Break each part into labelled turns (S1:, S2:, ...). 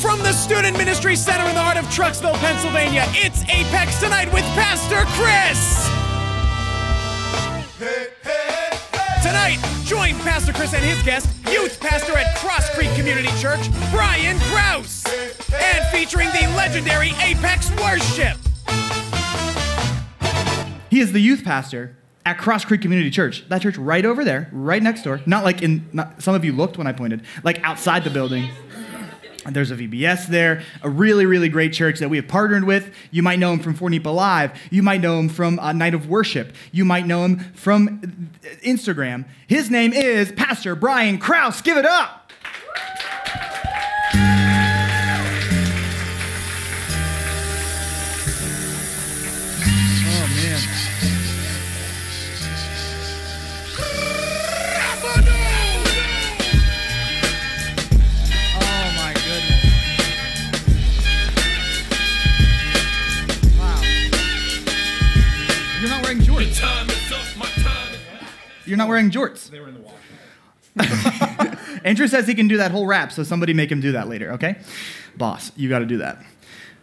S1: From the Student Ministry Center in the heart of Trucksville, Pennsylvania, it's Apex Tonight with Pastor Chris. Tonight, join Pastor Chris and his guest, youth pastor at Cross Creek Community Church, Brian Krause, and featuring the legendary Apex Worship.
S2: He is the youth pastor at Cross Creek Community Church. That church right over there, right next door. Not like in, not, some of you looked when I pointed, like outside the building. And There's a VBS there, a really, really great church that we have partnered with. You might know him from Four Neep Alive. You might know him from uh, Night of Worship. You might know him from uh, Instagram. His name is Pastor Brian Kraus. Give it up. Oh my goodness. Wow. You're not wearing jorts. You're not wearing jorts. They were in the wash. Andrew says he can do that whole rap, so somebody make him do that later, okay? Boss, you got to do that.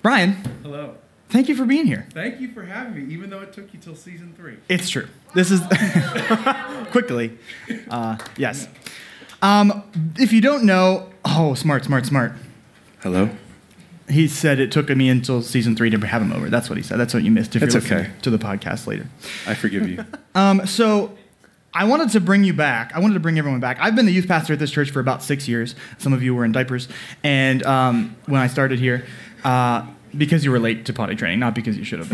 S2: Brian,
S3: Hello.
S2: thank you for being here.
S3: Thank you for having me, even though it took you till season three.
S2: It's true. This is quickly. Uh, yes. Um, if you don't know, oh, smart, smart, smart.
S4: Hello.
S2: He said it took me until season three to have him over. That's what he said. That's what you missed. If
S4: That's
S2: you're listening
S4: okay.
S2: To the podcast later.
S4: I forgive you.
S2: So I wanted to bring you back. I wanted to bring everyone back. I've been the youth pastor at this church for about six years. Some of you were in diapers, and um, when I started here, uh, because you were late to potty training, not because you should have.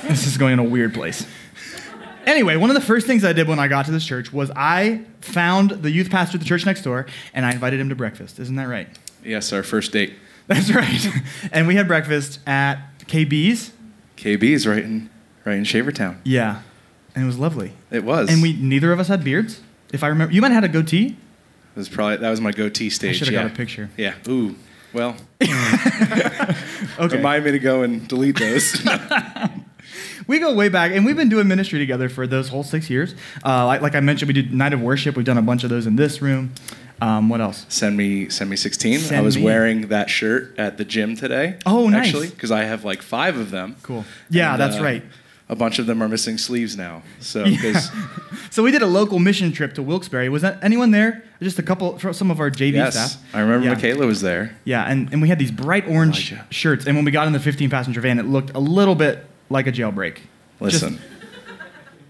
S2: Been. this is going in a weird place. Anyway, one of the first things I did when I got to this church was I found the youth pastor at the church next door, and I invited him to breakfast. Isn't that right?
S4: yes, our first date.
S2: That's right. and we had breakfast at KB's.
S4: KB's right in right in Shavertown.
S2: Yeah, and it was lovely.
S4: It was.
S2: And we neither of us had beards. If I remember, you might have had a goatee.
S4: It was probably that was my goatee stage.
S2: should've
S4: yeah.
S2: got a picture.
S4: Yeah. Ooh. Well,
S2: Okay.
S4: remind me to go and delete those.
S2: we go way back, and we've been doing ministry together for those whole six years. Uh, like, like I mentioned, we did Night of Worship. We've done a bunch of those in this room. Um, what else?
S4: send me send me 16. I
S2: Send
S4: was
S2: me.
S4: wearing that shirt at the gym today.
S2: Oh, nice.
S4: Actually, because I have like five of them.
S2: Cool. Yeah,
S4: And,
S2: that's
S4: uh,
S2: right.
S4: A bunch of them are missing sleeves now. So because
S2: So we did a local mission trip to Wilkes-Barre. Was that anyone there? Just a couple, for some of our JV
S4: yes,
S2: staff.
S4: I remember
S2: Yeah.
S4: Michaela was there.
S2: Yeah, and, and we had these bright orange
S4: Elijah.
S2: shirts. And when we got in the 15-passenger van, it looked a little bit like a jailbreak. Just-
S4: Listen.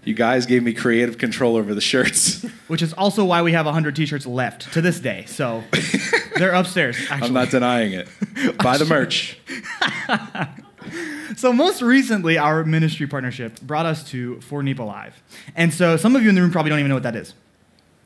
S4: You guys gave me creative control over the shirts.
S2: which is also why we have 100 t-shirts left to this day. So they're upstairs, actually.
S4: I'm not denying it. Buy the merch.
S2: So most recently, our ministry partnership brought us to For Neep Alive. And so some of you in the room probably don't even know what that is.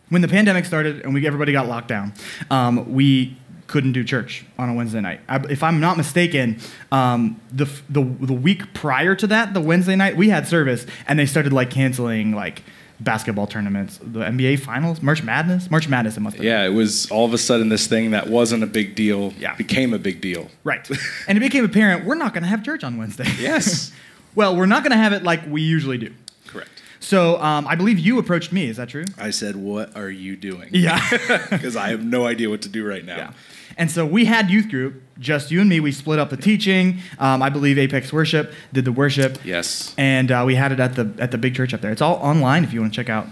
S2: When the pandemic started and we, everybody got locked down, um, we couldn't do church on a Wednesday night. I, if I'm not mistaken, um, the, f- the, the week prior to that, the Wednesday night, we had service and they started like canceling like basketball tournaments, the NBA finals, March Madness, March Madness it must have been.
S4: Yeah, it was all of a sudden this thing that wasn't a big deal
S2: Yeah.
S4: became a big deal.
S2: Right. and it became apparent we're not going to have church on Wednesday.
S4: Yes.
S2: well, we're not going to have it like we usually do.
S4: Correct.
S2: So um, I believe you approached me. Is that true?
S4: I said, "What are you doing?"
S2: Yeah.
S4: Because I have no idea what to do right now.
S2: yeah. And so we had youth group, just you and me. We split up the teaching. Um, I believe Apex Worship did the worship.
S4: Yes.
S2: And uh, we had it at the at the big church up there. It's all online if you want to check out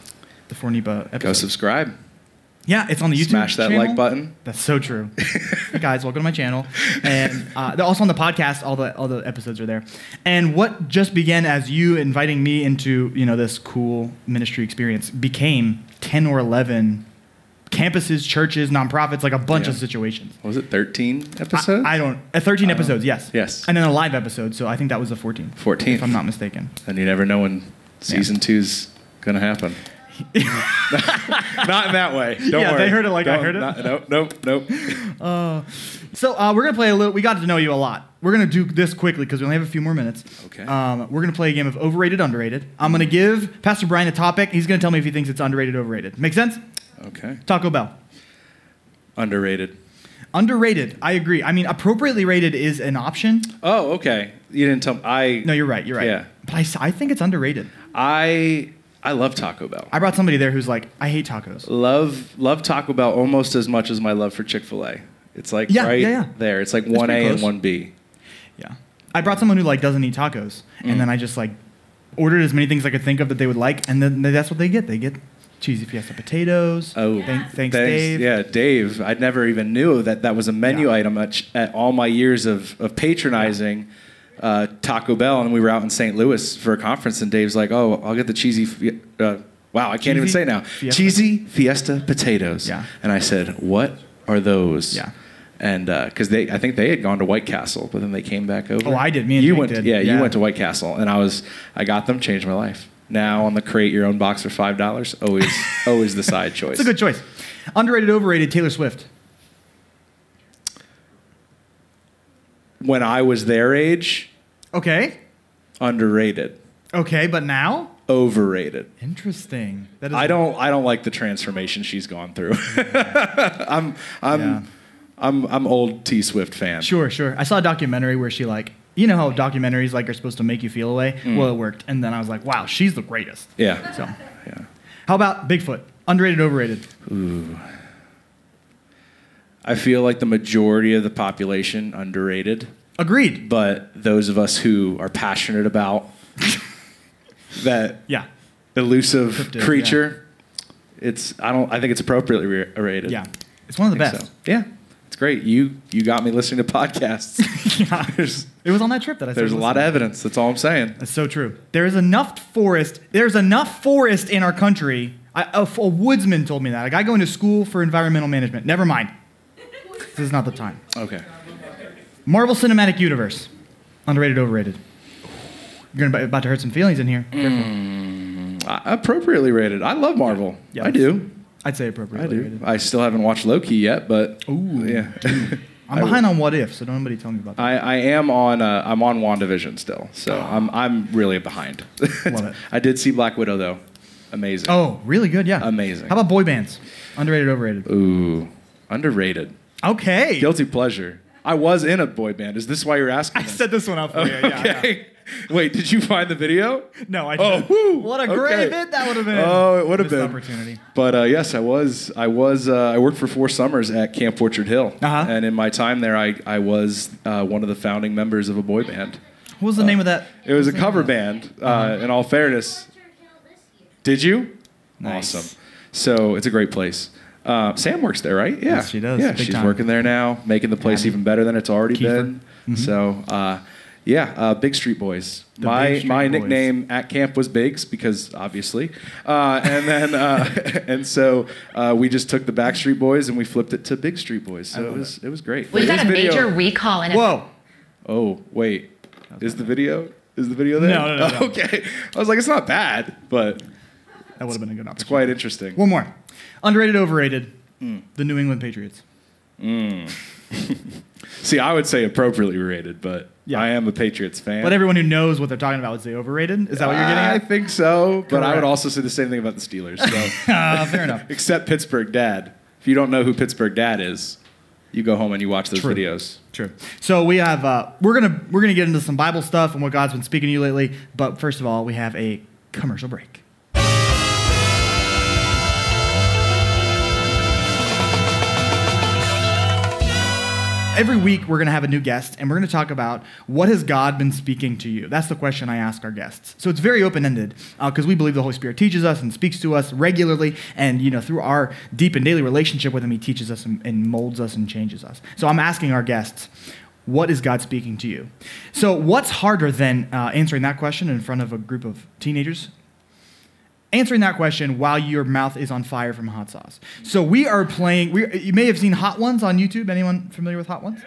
S2: the Fornipa
S4: Go
S2: episode.
S4: subscribe.
S2: Yeah, it's on the YouTube.
S4: Smash that
S2: channel.
S4: like button.
S2: That's so true. hey guys, welcome to my channel, and uh, they're also on the podcast. All the all the episodes are there. And what just began as you inviting me into you know this cool ministry experience became ten or eleven campuses, churches, nonprofits, like a bunch
S4: Yeah.
S2: of situations.
S4: What was it 13 episodes?
S2: I, I don't. Uh, Thirteen episodes, yes.
S4: Yes.
S2: And then a live episode, so I think that was the 14th.
S4: 14th.
S2: if I'm not mistaken.
S4: and you never know when season two's gonna happen. not in that way. Don't
S2: Yeah,
S4: worry.
S2: they heard it like I
S4: Don't-
S2: heard it.
S4: Not, nope. Nope. Nope.
S2: So uh, we're gonna play a little. We got to know you a lot. We're gonna do this quickly because we only have a few more minutes.
S4: Okay.
S2: Um, we're gonna play a game of overrated, underrated. I'm gonna give Pastor Brian a topic. He's gonna tell me if he thinks it's underrated, overrated. Make sense?
S4: Okay.
S2: Taco Bell.
S4: Underrated.
S2: Underrated. I agree. I mean, appropriately rated is an option.
S4: Oh, okay. You didn't tell. I
S2: No, you're right. You're right.
S4: Yeah.
S2: But I, s- I think it's underrated.
S4: I I love Taco Bell.
S2: I brought somebody there who's like, I hate tacos.
S4: love love Taco Bell almost as much as my love for Chick Fil A. It's like
S2: Yeah,
S4: right
S2: yeah, yeah.
S4: there. It's like
S2: It's
S4: one A
S2: pretty
S4: and
S2: close.
S4: one B.
S2: Yeah. I brought someone who like doesn't eat tacos,
S4: Mm.
S2: and then I just like ordered as many things I could think of that they would like, and then that's what they get. They get cheesy fiesta potatoes.
S4: Oh,
S2: thank- thanks,
S4: thanks,
S2: Dave.
S4: Yeah, Dave. I never even knew that that was a menu
S2: Yeah.
S4: item at, at all my years of, of patronizing uh, Taco Bell. And we were out in St. Louis for a conference, and Dave's like, "Oh, I'll get the cheesy." Fi- uh, wow, I can't even
S2: Cheesy
S4: say it now.
S2: fiesta.
S4: Cheesy Fiesta potatoes.
S2: Yeah.
S4: And I said, "What are those?"
S2: Yeah.
S4: And because they, I think they had gone to White Castle, but then they came back over.
S2: Oh, I did. Me and
S4: you
S2: Jake
S4: went.
S2: did.
S4: Yeah,
S2: Yeah.
S4: you went to White Castle, and I was, I got them, changed my life. Now on the create your own box for five dollars, always, always the side choice.
S2: It's a good choice. Underrated, overrated. Taylor Swift.
S4: when I was their age,
S2: Okay.
S4: underrated,
S2: Okay, but now
S4: overrated.
S2: interesting. That is
S4: I don't I don't like the transformation she's gone through. I'm I'm
S2: Yeah.
S4: I'm I'm old T Swift fan.
S2: Sure, sure. I saw a documentary where she like, you know how documentaries like are supposed to make you feel a way.
S4: Hmm.
S2: Well, it worked, and then I was like, wow, she's the greatest.
S4: Yeah.
S2: So,
S4: Yeah.
S2: how about Bigfoot? Underrated, overrated.
S4: I feel like the majority of the population underrated,
S2: Agreed.
S4: but those of us who are passionate about that
S2: Yeah.
S4: elusive
S2: Cryptid,
S4: creature, it's I don't I think it's appropriately ra- rated.
S2: Yeah. It's one of the
S4: I think
S2: best.
S4: so. Yeah. It's great. You you got me listening to podcasts. There's-
S2: It was on that trip that I
S4: There's a
S2: started
S4: lot of
S2: listening.
S4: evidence. That's all I'm saying.
S2: That's so true. There is enough forest. There's enough forest in our country. I, a, a woodsman told me that. A guy going to school for environmental management. Never mind. This is not the time.
S4: Okay.
S2: Marvel Cinematic Universe. Underrated, overrated. You're gonna, about to hurt some feelings in here.
S4: appropriately rated. I love Marvel.
S2: Yeah.
S4: I do.
S2: I'd say
S4: I
S2: appropriately
S4: do.
S2: rated.
S4: I still haven't watched Loki yet, but
S2: Ooh.
S4: yeah.
S2: I'm behind on What If, so don't nobody tell me about that.
S4: I, I am on uh, I'm on WandaVision still, so I'm I'm really behind.
S2: Ah. Love it.
S4: I did see Black Widow though. Amazing.
S2: Oh, really good, yeah.
S4: Amazing.
S2: How about boy bands? Underrated, overrated.
S4: Ooh. Underrated.
S2: Okay.
S4: Guilty pleasure. I was in a boy band. Is this why you're asking?
S2: I
S4: this?
S2: set this one up for you. Yeah, yeah.
S4: okay. Wait, did you find the video?
S2: No, I
S4: Oh,
S2: didn't.
S4: whew,
S2: what a
S4: okay.
S2: great bit that would have been.
S4: Oh, it would have
S2: Missed
S4: been
S2: opportunity.
S4: But uh, yes, I was. I was. Uh, I worked for four summers at Camp Orchard Hill,
S2: Uh-huh.
S4: and in my time there, I I was uh, one of the founding members of a boy band.
S2: What was the name of that? Uh-huh.
S4: It was a cover band. Uh, In all fairness, did you?
S2: Nice.
S4: Awesome. So it's a great place. Uh, Sam works there, right? Yeah,
S2: Yes, she does.
S4: Yeah,
S2: Big
S4: she's
S2: time.
S4: working there now, making the place even better than it's already
S2: Kiefer. Mm-hmm.
S4: been. So, uh, yeah, uh, Big Street Boys. my
S2: Big Street
S4: my
S2: Boys.
S4: nickname at camp was Bigs because obviously, uh, and then uh, and so uh, we just took the Backstreet Boys and we flipped it to Big Street Boys. So it was it. was great.
S5: We've got
S4: There's
S5: a
S4: video-
S5: major recall in
S2: Whoa.
S4: Oh wait, is the video? Is the video there?
S2: No, no, no, no.
S4: Okay, I was like, it's not bad, but
S2: That would have been a good opportunity.
S4: quite interesting.
S2: One more. Underrated, overrated. The New England Patriots.
S4: See, I would say appropriately rated, but
S2: Yeah.
S4: I am a Patriots fan.
S2: But everyone who knows what they're talking about would say overrated. Is that what you're
S4: I
S2: getting at?
S4: think so, but I
S2: Correct.
S4: would also say the same thing about the Steelers. So,
S2: Uh, fair enough.
S4: except Pittsburgh Dad. If you don't know who Pittsburgh Dad is, you go home and you watch those
S2: True.
S4: videos.
S2: True. So we have uh, we're gonna we're gonna get into some Bible stuff and what God's been speaking to you lately. But first of all, we have a commercial break. Every week, we're going to have a new guest, and we're going to talk about what has God been speaking to you. That's the question I ask our guests. So it's very open-ended because we believe the Holy Spirit teaches us and speaks to us regularly, and you know through our deep and daily relationship with Him, He teaches us and, and molds us and changes us. So I'm asking our guests, what is God speaking to you? So what's harder than uh, answering that question in front of a group of teenagers? answering that question while your mouth is on fire from hot sauce. So we are playing. We, you may have seen Hot Ones on YouTube. Anyone familiar with Hot Ones?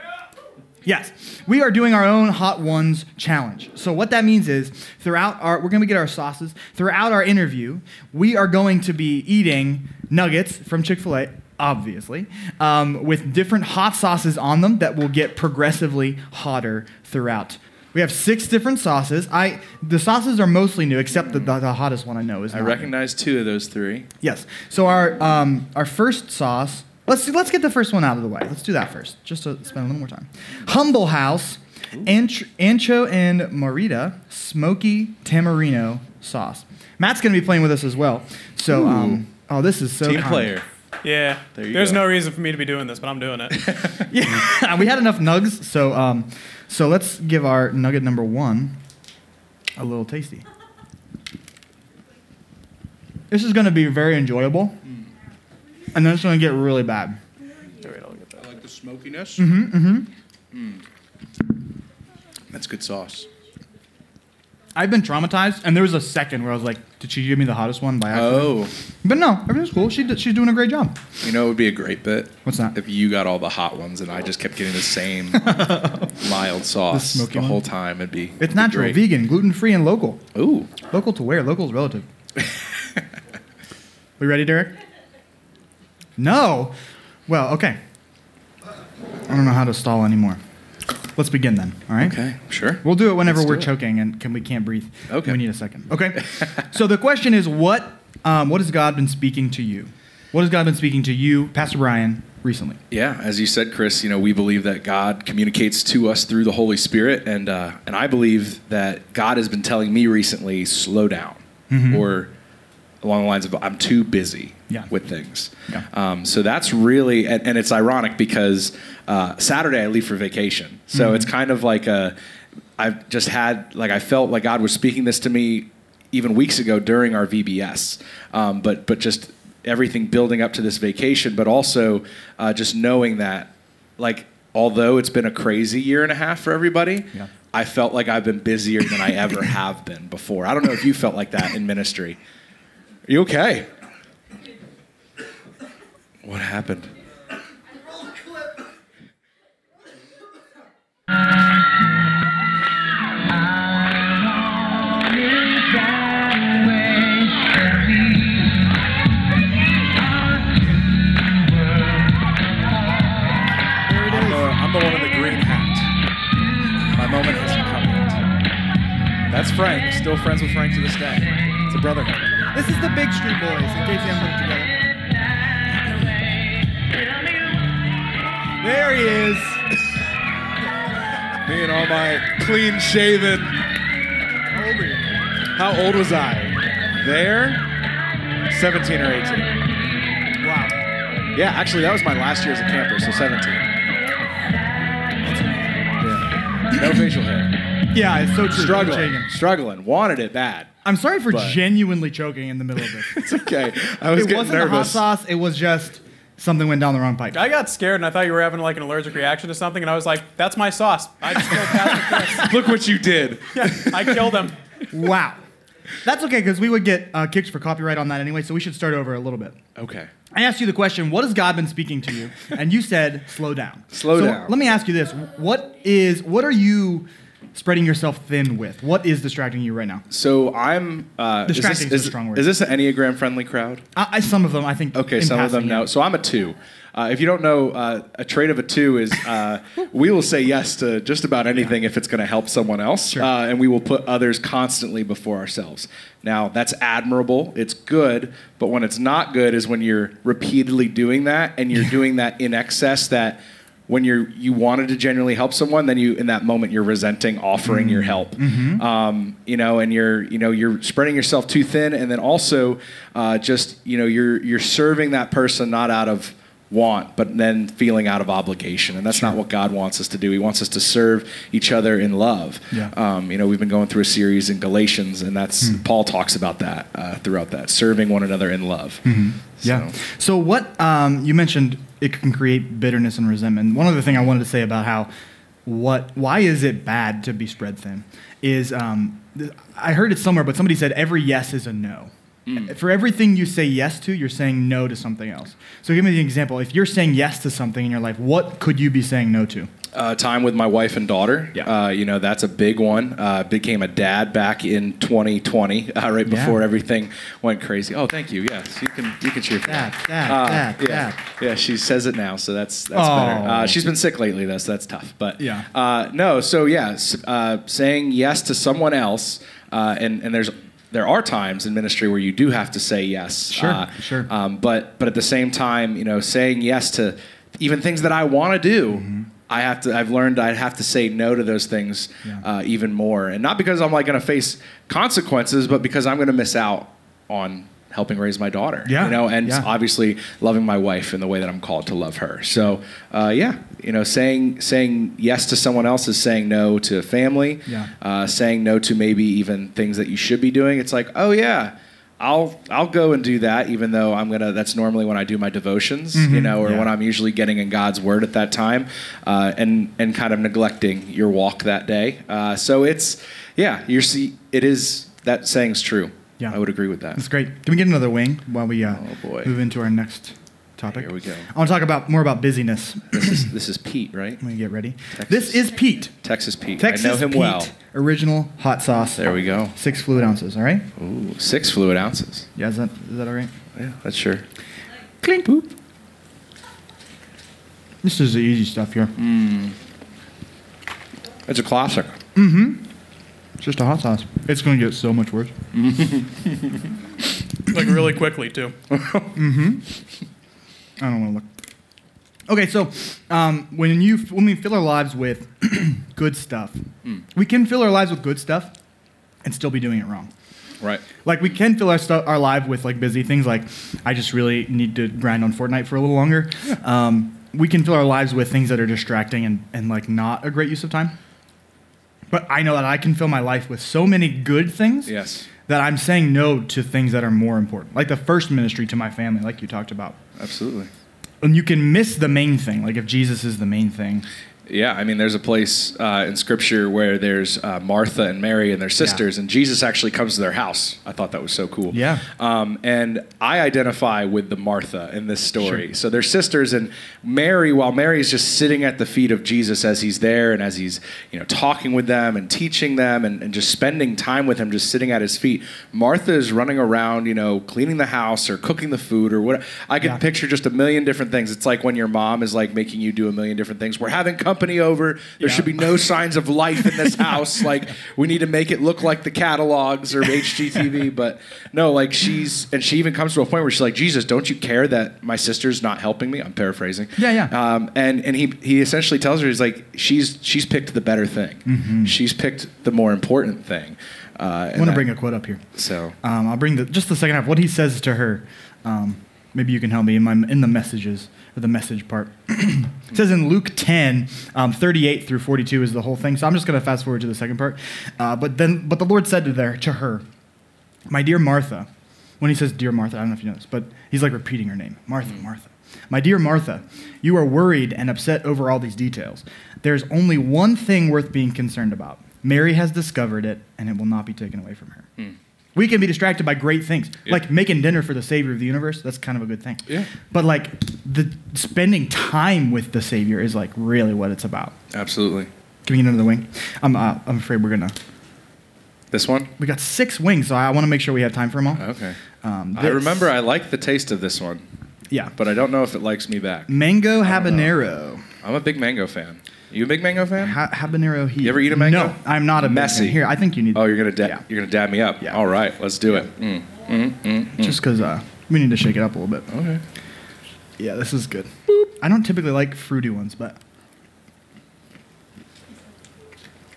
S2: Yes, we are doing our own Hot Ones challenge. So what that means is, throughout our, we're gonna get our sauces. Throughout our interview, we are going to be eating nuggets from Chick Fil A, obviously, um, with different hot sauces on them that will get progressively hotter throughout. We have six different sauces. I the sauces are mostly new, except the, the, the hottest one I know is.
S4: I
S2: not new.
S4: recognize two of those three.
S2: Yes. So our um, our first sauce. Let's let's get the first one out of the way. Let's do that first, just to spend a little more time. Humble House, anch- ancho and morita, smoky tamarino sauce. Matt's gonna be playing with us as well. So um, oh, this is so
S4: Team
S2: kind.
S4: player.
S5: Yeah.
S4: There you
S5: There's
S4: go.
S5: no reason for me to be doing this, but I'm doing it.
S2: Yeah, we had enough nugs, so um, so let's give our nugget number one a little tasty. This is going to be very enjoyable,
S4: Mm.
S2: and then it's going to get really bad.
S3: I like the smokiness.
S4: That's good sauce.
S2: I've been traumatized, and there was a second where I was like, "Did she give me the hottest one by accident?"
S4: Oh,
S2: But no, everything's cool. She did, she's doing a great job.
S4: you know it would be a great bit.
S2: What's that?
S4: If you got all the hot ones and I just kept getting the same mild sauce the,
S2: smoky one?
S4: whole time, it'd be
S2: It's natural,
S4: Great.
S2: vegan, gluten free, and local.
S4: Ooh,
S2: Local to where? Local is relative. we ready, Derek? No. Well, okay. I don't know how to stall anymore. Let's begin then. All right.
S4: okay, sure.
S2: We'll do it whenever
S4: Let's do
S2: we're
S4: it.
S2: choking and can we can't breathe.
S4: Okay.
S2: We need a second. Okay. so the question is, what um, what has God been speaking to you? What has God been speaking to you, Pastor Brian, recently?
S4: Yeah, as you said, Chris, you know, we believe that God communicates to us through the Holy Spirit, and uh, and I believe that God has been telling me recently, slow down, or along the lines of I'm too busy
S2: Mm-hmm. Yeah.
S4: with things.
S2: Yeah.
S4: Um, so that's really, and, and it's ironic because uh, Saturday I leave for vacation, so it's kind of like a, I've just had like I felt like God was speaking this to me even weeks ago during our VBS, um, but but just everything building up to this vacation, but also uh, just knowing that like although it's been a crazy year and a half for everybody.
S2: Yeah.
S4: I felt like I've been busier than I ever have been before. I don't know if you felt like that in ministry. Are you okay? What happened? I'm the, I'm the one in the green hat. My moment has come yet. That's Frank. Still friends with Frank to this day. It's a brotherhood.
S2: This is the Big Street Boys. In case you haven't put it together. There he is.
S4: Me and all my clean shaven. How old was I? There? 17 or 18.
S2: Wow.
S4: Yeah, actually, that was my last year as a camper, so 17. Yeah. No facial hair.
S2: Yeah, it's so true.
S4: Struggling.
S2: Shaken.
S4: Struggling. Wanted it bad.
S2: I'm sorry for
S4: But-
S2: genuinely choking in the middle of this.
S4: It's okay. I was
S2: it
S4: getting
S2: wasn't the hot
S4: nervous.
S2: sauce. It was just something went down the wrong pipe.
S5: I got scared and I thought you were having like an allergic reaction to something, and I was like, that's my sauce. I just killed Pastor
S4: Look what you did.
S5: Chris. I killed him.
S2: Wow. That's okay because we would get uh, kicked for copyright on that anyway, so we should start over a little bit.
S4: Okay.
S2: I asked you the question, what has God been speaking to you? And you said, slow down.
S4: Slow
S2: So
S4: down.
S2: Let me ask you this. What is, what are you spreading yourself thin with? What is distracting you right now?
S4: So I'm. Uh, is this,
S2: Distracting is a
S4: is-
S2: strong word.
S4: Is this an Enneagram friendly crowd?
S2: I, I, some of them, I think.
S4: Okay,
S2: in
S4: some of them
S2: passing, yeah.
S4: know. So I'm a two. Uh, if you don't know, uh, a trait of a two is uh, we will say yes to just about anything if it's going to help someone else, uh, and we will put others constantly before ourselves. Now that's admirable. It's good, but when it's not good is when you're repeatedly doing that, and you're doing that in excess. That when you're you wanted to genuinely help someone, then you in that moment you're resenting offering
S2: Mm-hmm.
S4: your help. Um, you know, and you're you know you're spreading yourself too thin, and then also uh, just you know you're you're serving that person not out of want, but then feeling out of obligation, and that's not what God wants us to do. He wants us to serve each other in love.
S2: Yeah. Hmm.
S4: Um, you know, we've been going through a series in Galatians, and that's Paul talks about that uh, throughout that serving one another in love.
S2: Mm-hmm. Yeah.
S4: So-
S2: So what um, you mentioned, it can create bitterness and resentment. One other thing I wanted to say about how what why is it bad to be spread thin is um, th- I heard it somewhere, but somebody said every yes is a no.
S4: Mm.
S2: For everything you say yes to, you're saying no to something else. So give me the example. If you're saying yes to something in your life, what could you be saying no to?
S4: uh, time with my wife and daughter.
S2: Yeah.
S4: Uh, you know, that's a big one. Uh, became a dad back in 2020, uh, right
S2: Yeah.
S4: before everything went crazy. Oh, thank you. Yes, you can you can cheer for
S2: Dad,
S4: that. Uh,
S2: dad, dad,
S4: yeah.
S2: dad.
S4: Yeah, she says it now, so that's that's
S2: Oh.
S4: better. Uh, she's been sick lately, though, so that's tough. But
S2: Yeah.
S4: uh, no, so yeah, s- uh, saying yes to someone else, uh, and and there's there are times in ministry where you do have to say yes.
S2: Sure,
S4: uh,
S2: sure.
S4: um, but but at the same time, you know, saying yes to even things that I want to do,
S2: Mm-hmm.
S4: I have to. I've learned I have to say no to those things
S2: Yeah.
S4: uh, even more, and not because I'm like going to face consequences, but because I'm going to miss out on helping raise my daughter.
S2: Yeah,
S4: You know, and
S2: yeah.
S4: obviously loving my wife in the way that I'm called to love her. So, uh, yeah, you know, saying saying yes to someone else is saying no to family.
S2: Yeah.
S4: Uh, saying no to maybe even things that you should be doing. It's like, oh yeah. I'll I'll go and do that, even though I'm gonna. That's normally when I do my devotions, you know, or
S2: Mm-hmm. yeah.
S4: when I'm usually getting in God's Word at that time, uh, and and kind of neglecting your walk that day. Uh, so it's yeah, you're see, it is that saying's true.
S2: Yeah.
S4: I would agree with that.
S2: That's great. Can we get another wing while we uh,
S4: Oh, boy.
S2: move into our next topic?
S4: Here we go.
S2: I want to talk about more about busyness.
S4: This is this is Pete, right?
S2: Let me get ready.
S4: Texas.
S2: This is Pete.
S4: Texas Pete.
S2: Texas
S4: I know him
S2: Pete,
S4: well.
S2: original hot sauce.
S4: There we go.
S2: Six fluid ounces. All right.
S4: Ooh, six fluid ounces.
S2: Yeah, is that is that all right?
S4: Yeah, that's sure.
S2: Clink. Boop. This is the easy stuff here.
S4: Mm. It's a classic.
S2: It's just a hot sauce. It's going to get so much worse.
S5: Like really quickly too.
S2: Mm-hmm. I don't want to look. Okay, so um, when you when we fill our lives with good stuff,
S4: Mm.
S2: we can fill our lives with good stuff and still be doing it wrong.
S4: Right.
S2: Like we can fill our stu- our life with like busy things. Like I just really need to grind on Fortnite for a little longer. Um, we can fill our lives with things that are distracting and, and like not a great use of time. But I know that I can fill my life with so many good things
S4: Yes.
S2: that I'm saying no to things that are more important. Like the first ministry to my family, like you talked about.
S4: Absolutely.
S2: And you can miss the main thing, like if Jesus is the main thing.
S4: Yeah, I mean, there's a place uh, in Scripture where there's uh, Martha and Mary and their sisters, and Jesus actually comes to their house. I thought that was so cool.
S2: Yeah.
S4: Um, and I identify with the Martha in this story. So they're sisters, and Mary, while Mary is just sitting at the feet of Jesus as he's there and as he's, you know, talking with them and teaching them and, and just spending time with him, just sitting at his feet, Martha is running around, you know, cleaning the house or cooking the food or what. I can
S2: Yeah.
S4: picture just a million different things. It's like when your mom is like making you do a million different things. We're having company over. There should be no signs of life in this house. Like we need to make it look like the catalogs or HGTV. But no, like she's and she even comes to a point where she's like, Jesus, don't you care that my sister's not helping me? I'm paraphrasing.
S2: Yeah, yeah.
S4: Um, and and he he essentially tells her he's like she's she's picked the better thing.
S2: Mm-hmm.
S4: She's picked the more important thing. Uh,
S2: I want to bring a quote up here.
S4: so
S2: Um, I'll bring the, just the second half. What he says to her, um, maybe you can help me in my in the messages or the message part. it says in Luke 10, um, 38 through 42 is the whole thing. So I'm just going to fast forward to the second part. Uh, but then, but the Lord said to there to her, my dear Martha. When he says dear Martha, I don't know if you know this, but he's like repeating her name, Martha, Martha. My dear Martha, you are worried and upset over all these details. There's only one thing worth being concerned about. Mary has discovered it, and it will not be taken away from her. We can be distracted by great things, like making dinner for the Savior of the universe. That's kind of a good thing.
S4: Yeah.
S2: But like the spending time with the Savior is like really what it's about.
S4: absolutely,
S2: Can we get another wing? I'm uh, I'm afraid we're gonna.
S4: this one.
S2: We got six wings, so I want to make sure we have time for them all.
S4: Okay.
S2: Um,
S4: I
S2: this-
S4: remember I liked the taste of this one,
S2: Yeah.
S4: but I don't know if it likes me back.
S2: Mango habanero.
S4: I'm a big mango fan. You a big mango fan?
S2: Ha- habanero heat.
S4: You ever eat a mango?
S2: No, I'm not a big
S4: Messy.
S2: fan. Here, I think you need.
S4: Oh, you're gonna da-
S2: Yeah.
S4: you're gonna dab me up.
S2: Yeah.
S4: All right, let's do it. Mm.
S2: just because uh, we need to shake it up a little bit.
S4: Okay.
S2: Yeah, this is good. I don't typically like fruity ones, but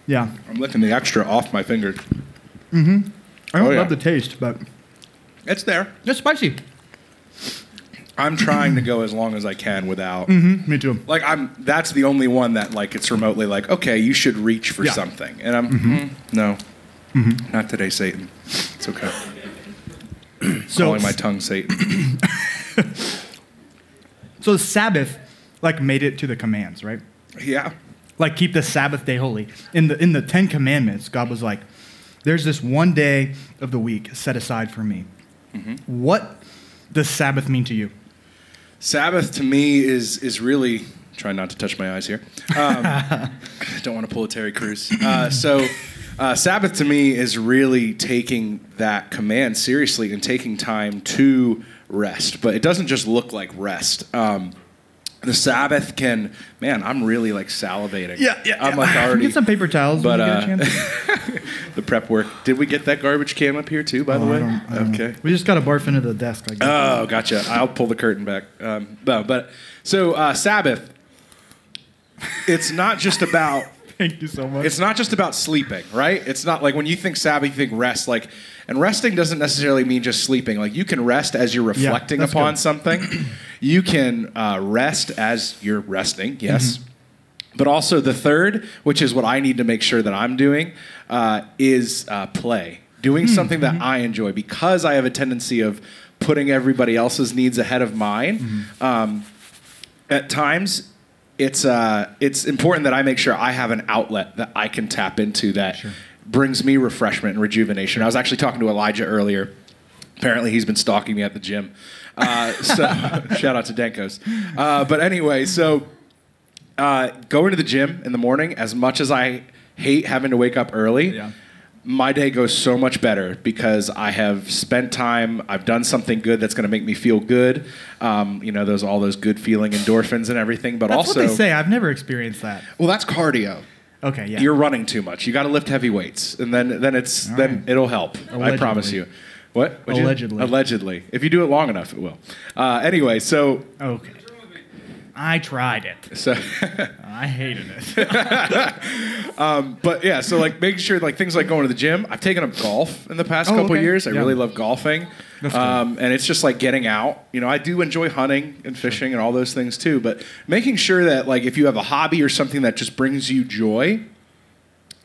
S2: yeah,
S4: I'm licking the extra off my fingers.
S2: I don't
S4: Oh, yeah.
S2: love the taste, but
S4: It's there.
S2: it's spicy.
S4: I'm trying to go as long as I can without.
S2: Mm, me too.
S4: Like I'm. That's the only one that like it's remotely like okay, you should reach for
S2: Yeah. Mm-hmm.
S4: something, and I'm mm, no, not today, Satan. It's okay.
S2: So,
S4: Calling my tongue Satan.
S2: so the Sabbath like made it to the commands, right?
S4: yeah.
S2: like keep the Sabbath day holy. In the in the Ten Commandments, God was like, "There's this one day of the week set aside for me." What does Sabbath mean to you?
S4: Sabbath to me is is really trying not to touch my eyes here. Um, don't want to pull a Terry Crews. Uh, so. Uh, Sabbath to me is really taking that command seriously and taking time to rest, but it doesn't just look like rest. Um, the Sabbath can, man, I'm really like salivating. I'm like already
S2: Get some paper towels
S4: but,
S2: when you
S4: uh,
S2: get a chance.
S4: the prep work. Did we get that garbage can up here too? By the
S2: Oh, I
S4: way,
S2: don't- I don't know.
S4: okay.
S2: We just got to barf into the desk. I guess.
S4: Oh, gotcha. I'll pull the curtain back. Um, no, but so uh, Sabbath. It's not just about
S2: Thank you so much.
S4: It's not just about sleeping, right? It's not like when you think Sabbath, you think rest. Like, and resting doesn't necessarily mean just sleeping. Like, you can rest as you're reflecting
S2: that's
S4: upon
S2: good.
S4: something. You can uh, rest as you're resting, yes.
S2: Mm-hmm.
S4: But also the third, which is what I need to make sure that I'm doing, uh, is uh, play. Doing
S2: Hmm,
S4: something
S2: mm-hmm.
S4: that I enjoy because I have a tendency of putting everybody else's needs ahead of mine.
S2: Mm-hmm.
S4: Um, at times it's uh it's important that I make sure I have an outlet that I can tap into that brings me refreshment and rejuvenation. I was actually talking to Elijah earlier. Apparently, he's been stalking me at the gym. Uh, so shout out to Denkos. Uh, but anyway, so uh, going to the gym in the morning, as much as I hate having to wake up early,
S2: Yeah.
S4: my day goes so much better because I have spent time. I've done something good that's going to make me feel good. Um, you know, those all those good feeling endorphins and everything. But
S2: That's
S4: also,
S2: what they say. I've never experienced that.
S4: well, that's cardio.
S2: Okay, yeah.
S4: You're running too much. You got to lift heavy weights, and then then it's
S2: All
S4: then
S2: right.
S4: it'll help. I promise
S2: Allegedly.
S4: you. What? What'd you-
S2: Allegedly.
S4: Allegedly. If you do it long enough, it will. Uh, anyway, so
S2: okay. I tried it.
S4: so.
S2: I hated it.
S4: But yeah, so like making sure like things like going to the gym. I've taken up golf in the past
S2: Oh,
S4: couple
S2: okay.
S4: years. I
S2: Yeah.
S4: really love golfing,
S2: That's cool.
S4: um, and it's just like getting out. You know, I do enjoy hunting and fishing and all those things too. But making sure that like if you have a hobby or something that just brings you joy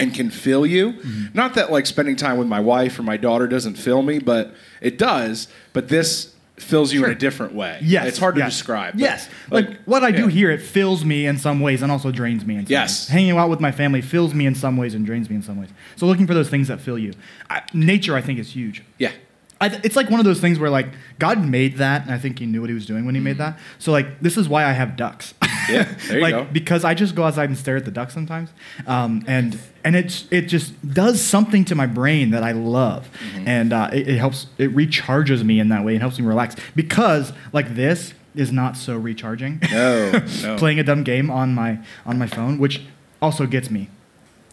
S4: and can fill you,
S2: Mm-hmm.
S4: not that like spending time with my wife or my daughter doesn't fill me, but it does. But this fills you in a different way.
S2: Yes.
S4: it's hard to
S2: yes.
S4: describe. but,
S2: Yes. Like, what I do
S4: yeah.
S2: here, it fills me in some ways and also drains me in some
S4: Yes.
S2: ways. Hanging out with my family fills me in some ways and drains me in some ways. So looking for those things that fill you. I, nature, I think, is huge.
S4: Yeah.
S2: I th- it's like one of those things where like God made that, and I think He knew what He was doing when He made
S4: Mm.
S2: that. So like this is why I have ducks.
S4: Yeah, there you
S2: like
S4: go.
S2: because I just go outside and stare at the ducks sometimes, um, and and it it just does something to my brain that I love,
S4: Mm-hmm.
S2: and uh, it, it helps it recharges me in that way. It helps me relax because like this is not so recharging.
S4: No. no.
S2: Playing a dumb game on my on my phone, which also gets me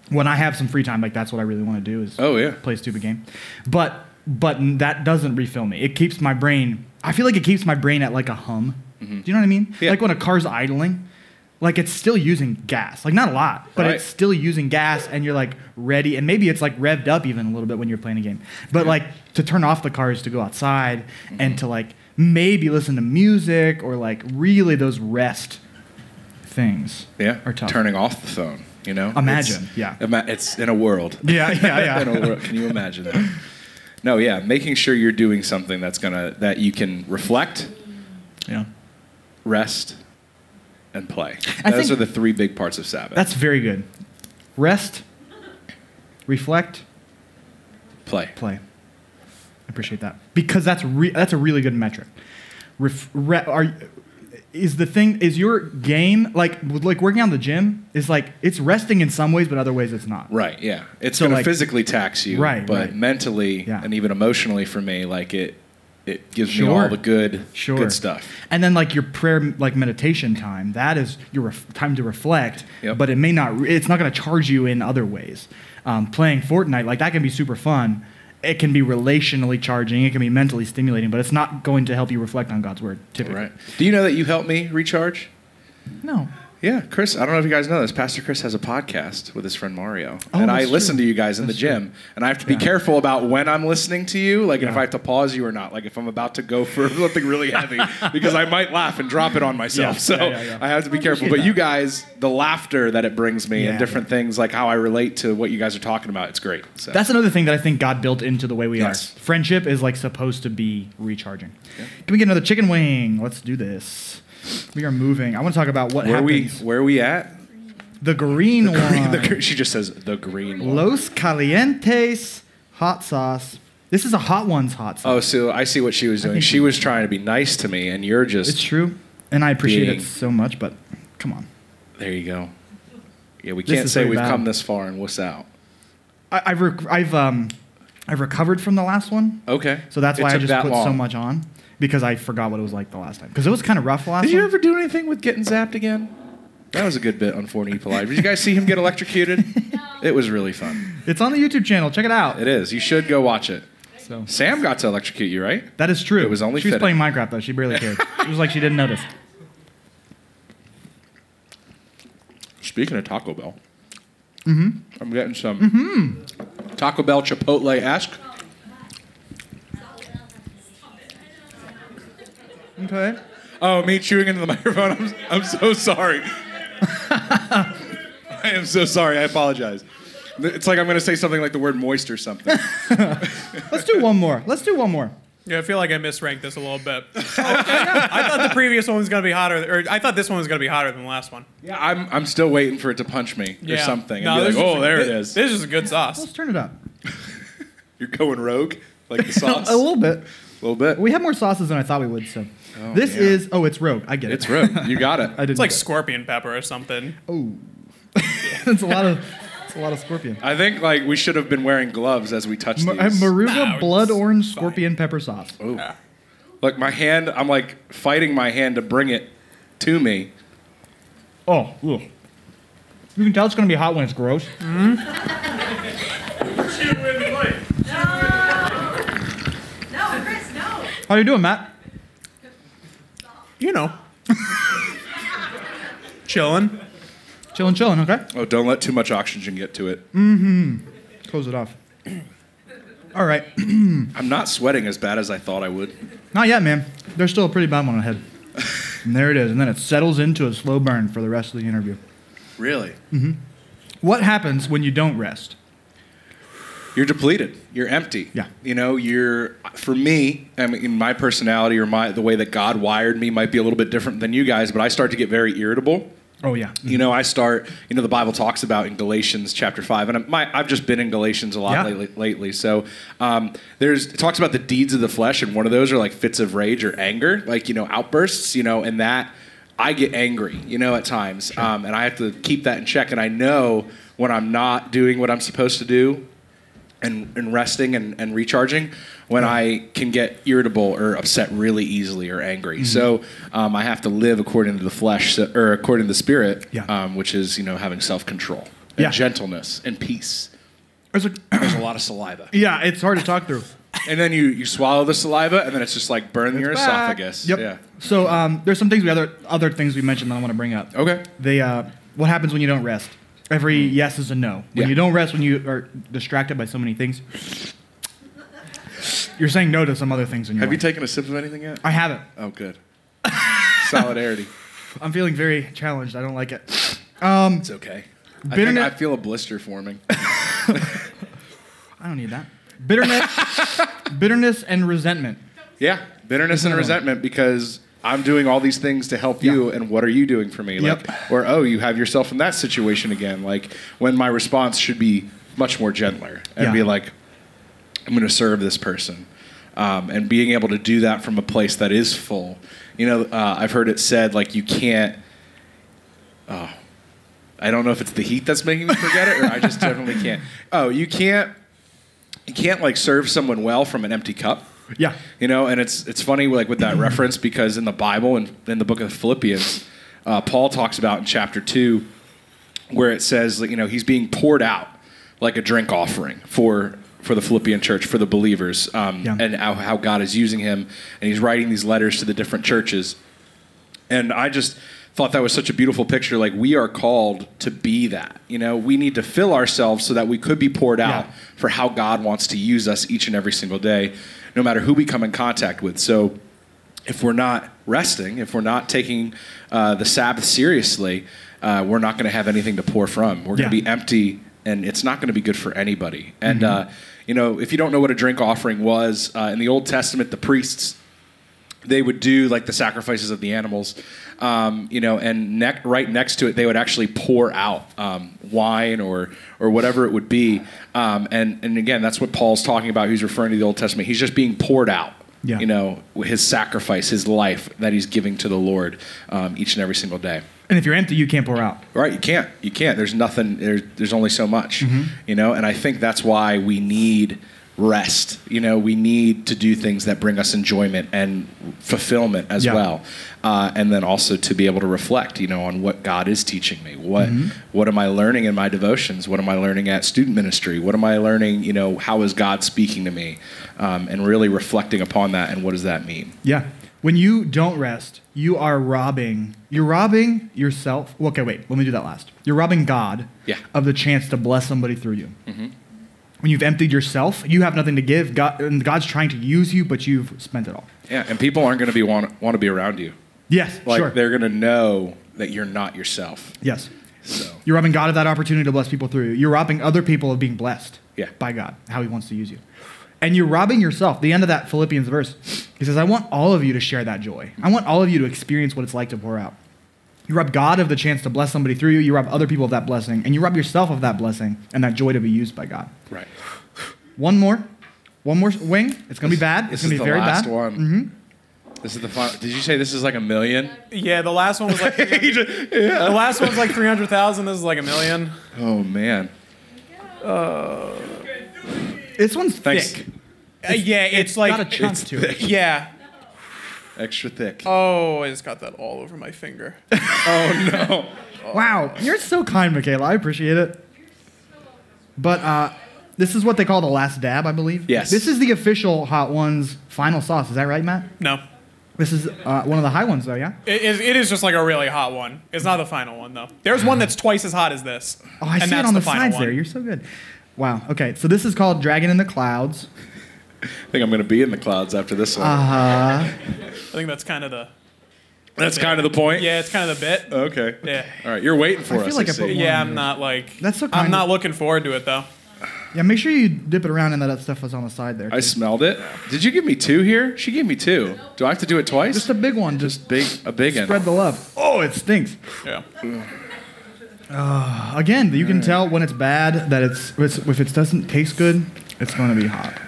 S2: when I have some free time. Like that's what I really want to do is
S4: Oh, yeah.
S2: play a stupid game, but but that doesn't refill me. It keeps my brain. I feel like it keeps my brain at like a hum. Do you know what I mean?
S4: Mm-hmm. Yeah.
S2: Like when a car's idling, like it's still using gas. Like not a lot, but
S4: Right.
S2: it's still using gas, and you're like ready, and maybe it's like revved up even a little bit when you're playing a game. But like to turn off the car is to go outside
S4: Mm-hmm.
S2: and to like maybe listen to music or like really those rest things.
S4: Yeah.
S2: are tough.
S4: Turning off the phone, you know?
S2: Imagine,
S4: It's-
S2: yeah.
S4: ima- it's in a world.
S2: Yeah, yeah, yeah.
S4: in a world. Can you imagine that? No, yeah. Making sure you're doing something that's gonna that you can reflect,
S2: yeah.
S4: rest, and play.
S2: I
S4: Those
S2: think-
S4: are the three big parts of Sabbath.
S2: That's very good. Rest, reflect,
S4: play.
S2: play. I appreciate that because that's re- that's a really good metric. Ref- re- are is the thing is your game like with- like working out in the gym is like it's resting in some ways, but other ways it's not.
S4: Right, yeah. It's
S2: So,
S4: gonna
S2: like-
S4: physically tax you,
S2: Right,
S4: but
S2: right.
S4: mentally
S2: Yeah.
S4: and even emotionally for me, like it it gives me
S2: Sure.
S4: all the good
S2: Sure.
S4: good stuff.
S2: And then like your prayer like meditation time, that is your ref- time to reflect,
S4: Yep.
S2: but it may not re- it's not going to charge you in other ways. Um, playing Fortnite like that can be super fun. It can be relationally charging, it can be mentally stimulating, but it's not going to help you reflect on God's word typically.
S4: Right. Do you know that you helped me recharge?
S2: No.
S4: Yeah, Chris. I don't know if you guys know this. Pastor Chris has a podcast with his friend Mario,
S2: Oh,
S4: and I
S2: that's
S4: listen
S2: true.
S4: to you guys in
S2: That's
S4: the gym. And I have to be careful about when I'm listening to you, like and if
S2: Yeah.
S4: I have to pause you or not. Like if I'm about to go for something really heavy, because I might laugh and drop it on myself.
S2: Yeah,
S4: So
S2: yeah, yeah, yeah.
S4: I have to be
S2: I
S4: careful.
S2: appreciate
S4: But
S2: that.
S4: you guys, the laughter that it brings me
S2: Yeah,
S4: and different things, like how I relate to what you guys are talking about, it's great. So.
S2: That's another thing that I think God built into the way we
S4: Yes.
S2: are. Friendship is like supposed to be recharging. Can we get another chicken wing? Let's do this. We are moving. I want to talk about what
S4: where we
S2: happens. Uh,
S4: where we at?
S2: the green one.
S4: The gr- she just says the green one.
S2: Los Calientes hot sauce. This is a hot one's hot sauce.
S4: Oh, so I see what she was doing.
S2: think-
S4: She was trying to be nice to me, and you're just
S2: it's true, and I appreciate
S4: Dang.
S2: it so much. But come on,
S4: There you go. Yeah, we
S2: This
S4: can't
S2: is
S4: say
S2: very
S4: we've
S2: bad.
S4: come this far and wuss out.
S2: I, I've rec- I've um I've recovered from the last one,
S4: Okay.
S2: so that's
S4: It
S2: why I
S4: took
S2: just
S4: that
S2: put so
S4: long.
S2: much on because I forgot what it was like the last time because it was kind of rough the last
S4: Did you
S2: one.
S4: ever do anything with getting zapped again? That was a good bit on 4 Need for Life. Did you guys see him get electrocuted? It was really fun.
S2: it's on the YouTube channel. Check it out.
S4: It is. You should go watch it.
S2: so
S4: Sam got to electrocute you, right?
S2: that is true.
S4: It was only
S2: she was playing
S4: fitting.
S2: Minecraft though. She barely cared. it was like she didn't notice.
S4: Speaking of Taco Bell,
S2: Mm-hmm.
S4: I'm getting some Taco Bell Chipotle esque.
S2: Okay.
S4: Oh, me chewing into the microphone. I'm, I'm so sorry. I am so sorry. I apologize. It's like I'm going to say something like the word moist or something.
S2: Let's do one more. Let's do one more.
S5: Yeah, I feel like I misranked this a little bit. I thought the previous one was gonna be hotter, or I thought this one was gonna be hotter than the last one.
S4: Yeah, I'm, I'm still waiting for it to punch me or something. And be like,
S5: this is
S4: oh,
S5: a-
S4: there it
S5: thi-
S4: is.
S5: This is a good sauce.
S2: Let's turn it up.
S4: You're going rogue, like the sauce.
S2: A little bit.
S4: A little bit.
S2: We have more sauces than I thought we would, so. this
S4: yeah.
S2: is. Oh, it's Rogue. I get it.
S4: it's rogue. You got it.
S2: I didn't
S5: It's like
S2: get it.
S5: scorpion pepper or something.
S2: That's a lot of. It's a lot of scorpion.
S4: I think like we should have been wearing gloves as we touched
S2: Ma- I have
S4: these.
S2: Maruga
S5: Nah,
S2: blood
S5: it's
S2: orange
S5: fine.
S2: scorpion pepper sauce.
S4: Look, my hand. I'm like fighting my hand to bring it to me.
S2: Oh, ugh. You can tell it's gonna be hot when it's gross.
S6: No, Chris, no.
S2: How you doing, Matt?
S5: You know, chilling.
S2: Chilling, chilling. Okay.
S4: Oh, don't let too much oxygen get to it.
S5: Mm.
S2: Close it off. All right.
S4: I'm not sweating as bad as I thought I would.
S2: Not yet, man. There's still a pretty bad one ahead. And there it is. And then it settles into a slow burn for the rest of the interview.
S4: Really?
S2: What happens when you don't rest?
S4: You're depleted. You're empty.
S2: Yeah.
S4: You know, you're for me, I mean my personality or my the way that God wired me might be a little bit different than you guys, but I start to get very irritable.
S2: Oh yeah.
S4: You know, I start. You know, the Bible talks about in Galatians chapter five, and I'm, my, I've just been in Galatians a lot
S2: Yeah.
S4: lately. lately. So um, there's it talks about the deeds of the flesh, and one of those are like fits of rage or anger, like you know outbursts. You know, and that I get angry. You know, at times, um, and I have to keep that in check. And I know when I'm not doing what I'm supposed to do, and, and resting and, and recharging when I can get irritable or upset really easily or
S2: Mm-hmm.
S4: angry. So um, I have to live according to the flesh so, or according to the spirit,
S2: Yeah.
S4: um, which is you know having self control and
S2: Yeah.
S4: gentleness and peace.
S2: It's like-
S4: There's a lot of saliva,
S2: yeah, it's hard to talk through.
S4: and then you you swallow the saliva, and then it's just like burn your
S2: Back.
S4: esophagus.
S2: Yep.
S4: Yeah.
S2: So um, there's some things we other other things we mentioned that I want to bring up.
S4: Okay.
S2: They uh, what happens when you don't rest? Every yes is a no. When
S4: Hmm. Yeah.
S2: you don't rest, when you are distracted by so many things, you're saying no to some other things in your
S4: Have you
S2: life.
S4: taken a sip of anything yet?
S2: I haven't.
S4: Oh, good. Solidarity.
S2: I'm feeling very challenged. I don't like it.
S4: It's okay. I, think
S2: Bitterness-
S4: I feel a blister forming.
S2: I don't need that. Bitterness, bitterness, and resentment.
S4: Yeah, bitterness and resentment because I'm doing all these things to help you, and what are you doing for me? Like,
S2: Yep.
S4: Or oh, you have yourself in that situation again. Like when my response should be much more gentler and
S2: Yeah.
S4: be like, I'm going to serve this person, um, and being able to do that from a place that is full. You know, uh, I've heard it said like you can't. uh, I don't know if it's the heat that's making me forget it, or I just definitely can't. Oh, you can't. You can't like serve someone well from an empty cup.
S2: Yeah.
S4: You know, and it's it's funny like with that reference because in the Bible and in the book of Philippians, uh, Paul talks about in chapter two where it says like, you know he's being poured out like a drink offering for for the Philippian church for the believers um,
S2: Yeah.
S4: and how, how God is using him and he's writing these letters to the different churches and I just thought that was such a beautiful picture. Like we are called to be that. You know, we need to fill ourselves so that we could be poured out
S2: Yeah.
S4: for how God wants to use us each and every single day, no matter who we come in contact with. So if we're not resting, if we're not taking uh, the Sabbath seriously, uh, we're not going to have anything to pour from. We're going to
S2: Yeah. Mm-hmm.
S4: be empty, and it's not going to be good for anybody. And uh, you know, if you don't know what a drink offering was uh, in the Old Testament, the priests they would do like the sacrifices of the animals, um, you know, and ne- right next to it they would actually pour out um, wine or or whatever it would be, um, and and again that's what Paul's talking about. He's referring to the Old Testament. He's just being poured out,
S2: Yeah.
S4: you know, his sacrifice, his life that he's giving to the Lord um, each and every single day.
S2: And if you're empty, you can't pour out.
S4: Right, you can't. You can't. There's nothing. There's there's only so much,
S2: Mm-hmm.
S4: you know. And I think that's why we need rest. You know, we need to do things that bring us enjoyment and fulfillment as
S2: Yeah.
S4: well, uh, and then also to be able to reflect, you know, on what God is teaching me. What
S2: Mm-hmm.
S4: what am I learning in my devotions? What am I learning at student ministry? What am I learning? You know, how is God speaking to me? Um, and really reflecting upon that and what does that mean?
S2: Yeah. When you don't rest, you are robbing. You're robbing yourself. well, Okay, wait. Let me do that last. You're robbing God
S4: Yeah. Mm-hmm.
S2: of the chance to bless somebody through you. When you've emptied yourself, you have nothing to give. God, and God's trying to use you, but you've spent it all.
S4: Yeah, and people aren't going to be want want to be around you.
S2: Yes,
S4: Like
S2: sure.
S4: they're going to know that you're not yourself.
S2: Yes.
S4: So
S2: You're robbing God of that opportunity to bless people through you. You're robbing other people of being blessed
S4: Yeah.
S2: by God, how He wants to use you. And you're robbing yourself. The end of that Philippians verse, he says, I want all of you to share that joy. I want all of you to experience what it's like to pour out. You rob God of the chance to bless somebody through you. You rob other people of that blessing. And you rob yourself of that blessing and that joy to be used by God.
S4: right,
S2: One more. One more wing. It's going to be bad.
S4: This
S2: It's
S4: is
S2: going to
S4: the
S2: be very
S4: last
S2: bad. Mm-hmm.
S4: one. This is the final. Did you say this is like a million?
S5: Yeah, the last one was like 300 the last one's like three hundred thousand. This is like a million.
S4: Oh man.
S2: This one's
S4: Thanks.
S2: thick.
S5: Uh, yeah, it's,
S2: got a
S5: like
S2: chunk to it.
S5: yeah.
S4: Extra thick.
S5: Oh, I just got that all over my finger.
S2: Wow, you're so kind, Michaela. I appreciate it. But uh, this is what they call the last dab, I believe.
S4: Yes.
S2: This is the official Hot Ones final sauce. Is that right, Matt?
S5: No,
S2: This is uh, one of the high ones, though. Yeah.
S5: it is, it is just like a really hot one. It's not the final one though. There's one that's twice as hot as this.
S2: Oh, I
S5: and
S2: see it
S5: that's
S2: on the,
S5: final
S2: sides
S5: one.
S2: there. You're so good. Wow. Okay. So this is called Dragon in the Clouds.
S4: I think I'm going to be in the clouds after this one.
S2: Uh-huh.
S5: I think that's kind of the
S4: That's kind of the point.
S5: yeah. It's kind of the bit.
S4: Okay.
S5: Yeah.
S4: All right. You're waiting for
S2: I
S4: us.
S2: feel like I
S4: see.
S2: put
S5: Yeah, I'm not like
S2: That's so
S5: I'm
S2: kind
S5: not
S2: of-
S5: looking forward to it though.
S2: Yeah. Make sure you dip it around and that stuff was on the side there.
S4: I smelled it. Did you give me two here? She gave me two. Do I have to do it twice?
S2: Just a big one. Just
S4: big, a big
S2: spread
S4: end.
S2: the love. Oh, it stinks.
S5: Yeah.
S2: Again, you can tell when it's bad that it's, it's if it doesn't taste good, it's going to be hot.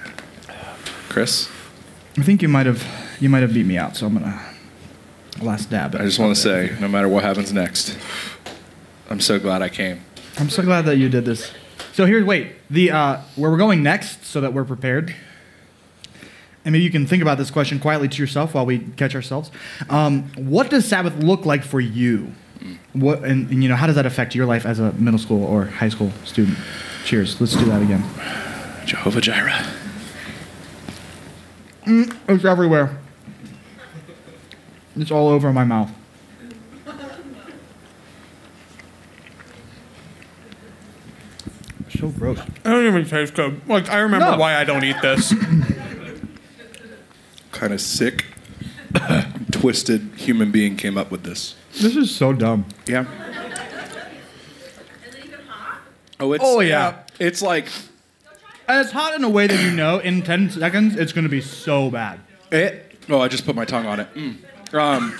S4: Chris,
S2: I think you might have you might have beat me out, so I'm gonna last dab.
S4: I just want to say, no matter what happens next, I'm so glad I came.
S2: I'm so glad that you did this. So here, wait, the uh, where we're going next, so that we're prepared. And maybe you can think about this question quietly to yourself while we catch ourselves. Um, what does Sabbath look like for you? What and, and you know how does that affect your life as a middle school or high school student? Cheers. Let's do that again.
S4: Jehovah Jireh.
S2: It's everywhere. It's all over my mouth. So gross.
S5: I don't even taste good. Like I remember
S2: No.
S5: why I don't eat this.
S4: Kind of sick, twisted human being came up with this.
S2: This is so dumb.
S4: Yeah.
S6: And then you can hop.
S4: Oh, it's.
S2: Oh, yeah.
S4: It's like
S2: And it's hot in a way that you know in 10 seconds it's going to be so bad.
S4: it. Oh, I just put my tongue on it. Mm. Um,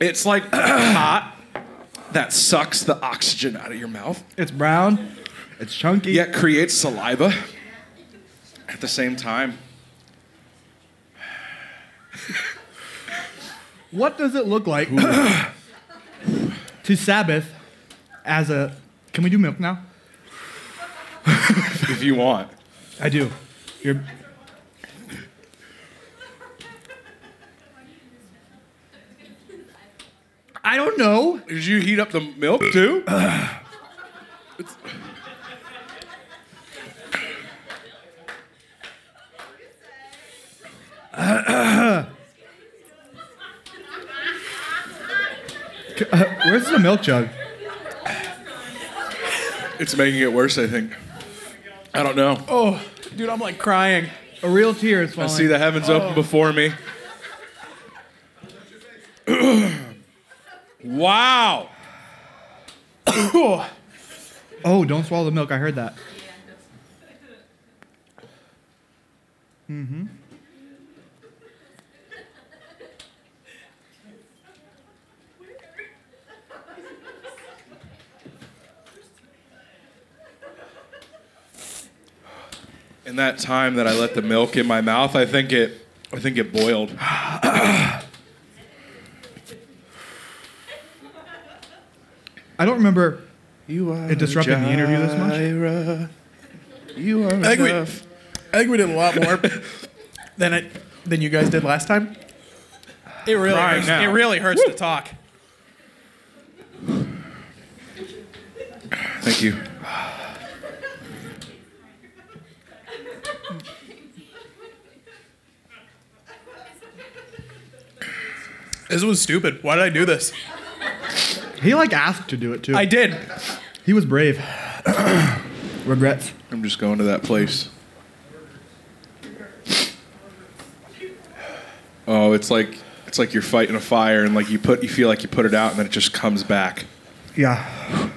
S4: it's like hot. That sucks the oxygen out of your mouth.
S2: It's brown, it's chunky.
S4: yet creates saliva at the same time.
S2: What does it look like to Sabbath as a. Can we do milk now?
S4: If you want,
S2: I do. You're. I don't know.
S4: did you heat up the milk too? It's-
S2: Where's the milk jug?
S4: It's making it worse, I think. I don't know.
S5: Oh, dude, I'm like crying.
S2: A real tear is
S4: I
S2: falling.
S4: see the heavens
S2: oh.
S4: open before me. wow.
S2: Oh, don't swallow the milk. I heard that.
S4: In that time that I let the milk in my mouth, I think it I think it boiled.
S2: I don't remember.
S4: You are
S2: It disrupted the interview this much?
S4: much? You are
S5: think we-
S4: enough.
S5: I think we did a lot more than it than you guys did last time. It really
S4: Crying
S5: hurts.
S4: now.
S5: It really hurts to talk.
S4: Thank you.
S5: This was stupid. Why did I do this?
S2: He like asked to do it too.
S5: I did.
S2: he was brave. Regrets.
S4: I'm just going to that place. Oh, it's like it's like you're fighting a fire, and like you put you feel like you put it out, and then it just comes back.
S2: Yeah.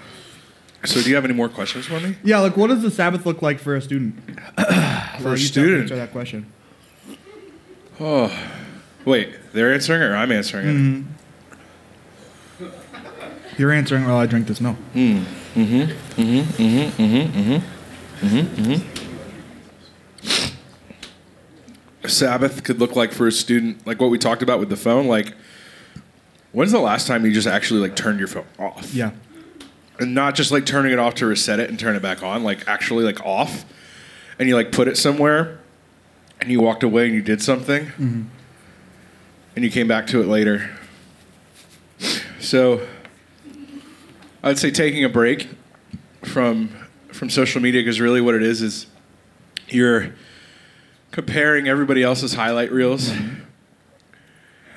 S4: So, do you have any more questions for me?
S2: Yeah, like what does the Sabbath look like for a student?
S4: For a
S2: Answer
S4: student,
S2: that question.
S4: wait, they're answering it, or I'm answering it.
S2: You're answering while I drink this milk.
S4: Sabbath could look like for a student, like what we talked about with the phone. Like, when's the last time you just actually like turned your phone off?
S2: Yeah.
S4: and not just like turning it off to reset it and turn it back on, like actually like off, and you like put it somewhere, and you walked away and you did something, and you came back to it later. So, I'd say taking a break from from social media because really what it is is you're comparing everybody else's highlight reels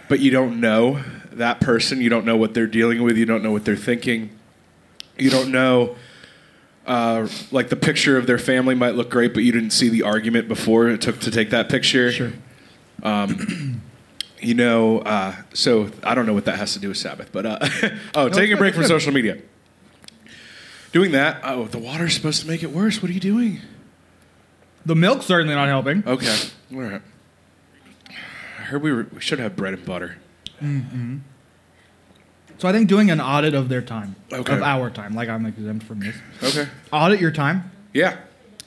S4: but you don't know that person you don't know what they're dealing with you don't know what they're thinking you don't know uh, like the picture of their family might look great but you didn't see the argument before it took to take that picture sure um, you know uh, so i don't know what that has to do with sabbath but uh, oh taking a break from social media doing that oh the water's supposed to make it worse what are you doing
S2: The milk's certainly not helping.
S4: okay all right i heard we, were, we should have bread and butter
S2: So I think doing an audit of their time,
S4: Okay.
S2: of our time, like I'm exempt from this.
S4: okay
S2: Audit your time
S4: yeah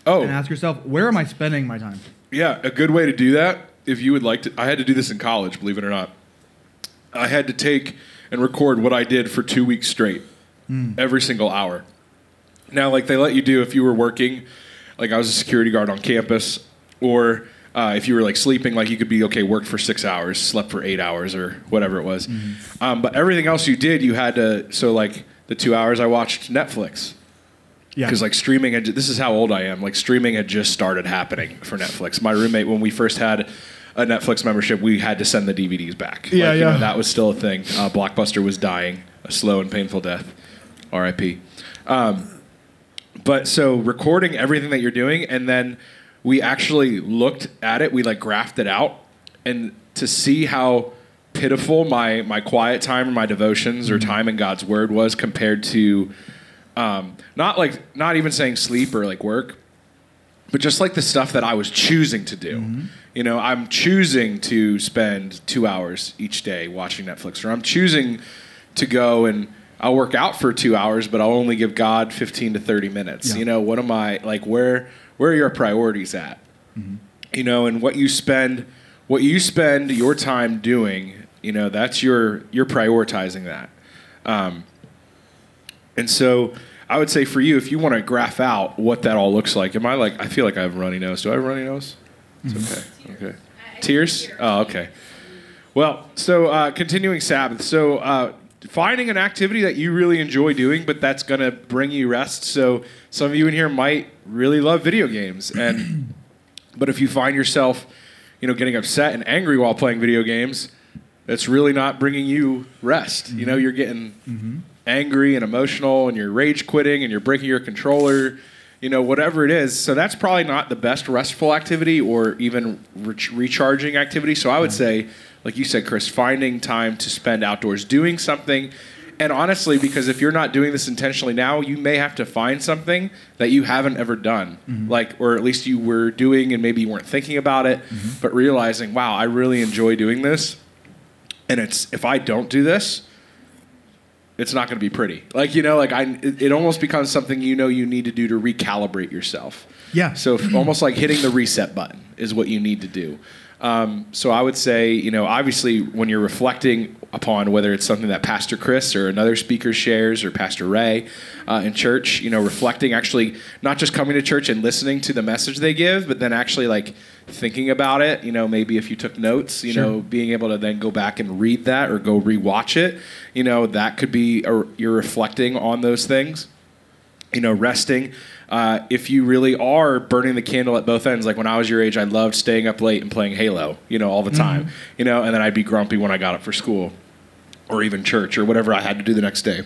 S4: oh
S2: and ask yourself, where am I spending my time?
S4: Yeah, a good way to do that, if you would like to, I had to do this in college, believe it or not. I had to take and record what I did for two weeks straight, every single hour. Now, like they let you do if you were working, like I was a security guard on campus, or uh, if you were like sleeping, like you could be okay, worked for six hours, slept for eight hours, or whatever it was. Um, but everything else you did, you had to. So, like the two hours I watched Netflix,
S2: Yeah.
S4: because like streaming had, this is how old i am like streaming had just started happening for netflix my roommate when we first had a netflix membership we had to send the dvds back
S2: Yeah,
S4: Like, you know,
S2: yeah.
S4: that was still a thing uh, blockbuster was dying a slow and painful death rip um, but so recording everything that you're doing and then we actually looked at it we like graphed it out and to see how pitiful my my quiet time or my devotions
S2: Mm-hmm.
S4: or time in god's word was compared to um, not like not even saying sleep or like work but just like the stuff that i was choosing to do you know i'm choosing to spend two hours each day watching netflix or i'm choosing to go and i'll work out for two hours but i'll only give god 15 to 30 minutes
S2: Yeah.
S4: you know what am i like where where are your priorities at you know and what you spend what you spend your time doing you know that's your you're prioritizing that and so I would say for you, if you want to graph out what that all looks like, am I like, I feel like I have a runny nose. Do I have a runny nose? It's okay. Okay. Tears? Oh, okay. Well, so uh, continuing Sabbath. So uh, finding an activity that you really enjoy doing, but that's going to bring you rest. So some of you in here might really love video games. And, but if you find yourself, you know, getting upset and angry while playing video games, that's really not bringing you rest. You know, you're getting angry and emotional and you're rage quitting and you're breaking your controller, you know, whatever it is. So that's probably not the best restful activity or even re- recharging activity. So I would say, like you said, Chris, finding time to spend outdoors doing something. And honestly, because if you're not doing this intentionally now, you may have to find something that you haven't ever done, like, or at least you were doing and maybe you weren't thinking about it, but realizing, wow, I really enjoy doing this. And it's if I don't do this, it's not going to be pretty. Like you know, like I, it, it almost becomes something you know you need to do to recalibrate yourself.
S2: Yeah.
S4: So if, almost like hitting the reset button is what you need to do. Um, so I would say, you know, obviously when you're reflecting upon whether it's something that Pastor Chris or another speaker shares or Pastor Ray uh, in church, you know, reflecting actually not just coming to church and listening to the message they give, but then actually like thinking about it. You know, maybe if you took notes, you
S2: Sure.
S4: know, being able to then go back and read that or go rewatch it, you know, that could be a, you're reflecting on those things you know, resting. Uh, if you really are burning the candle at both ends, like when I was your age, I
S7: Mm-hmm.
S4: loved staying up late and playing Halo, you know, all the time, you know, and then I'd be grumpy when I got up for school. or even church or whatever I had to do the next day.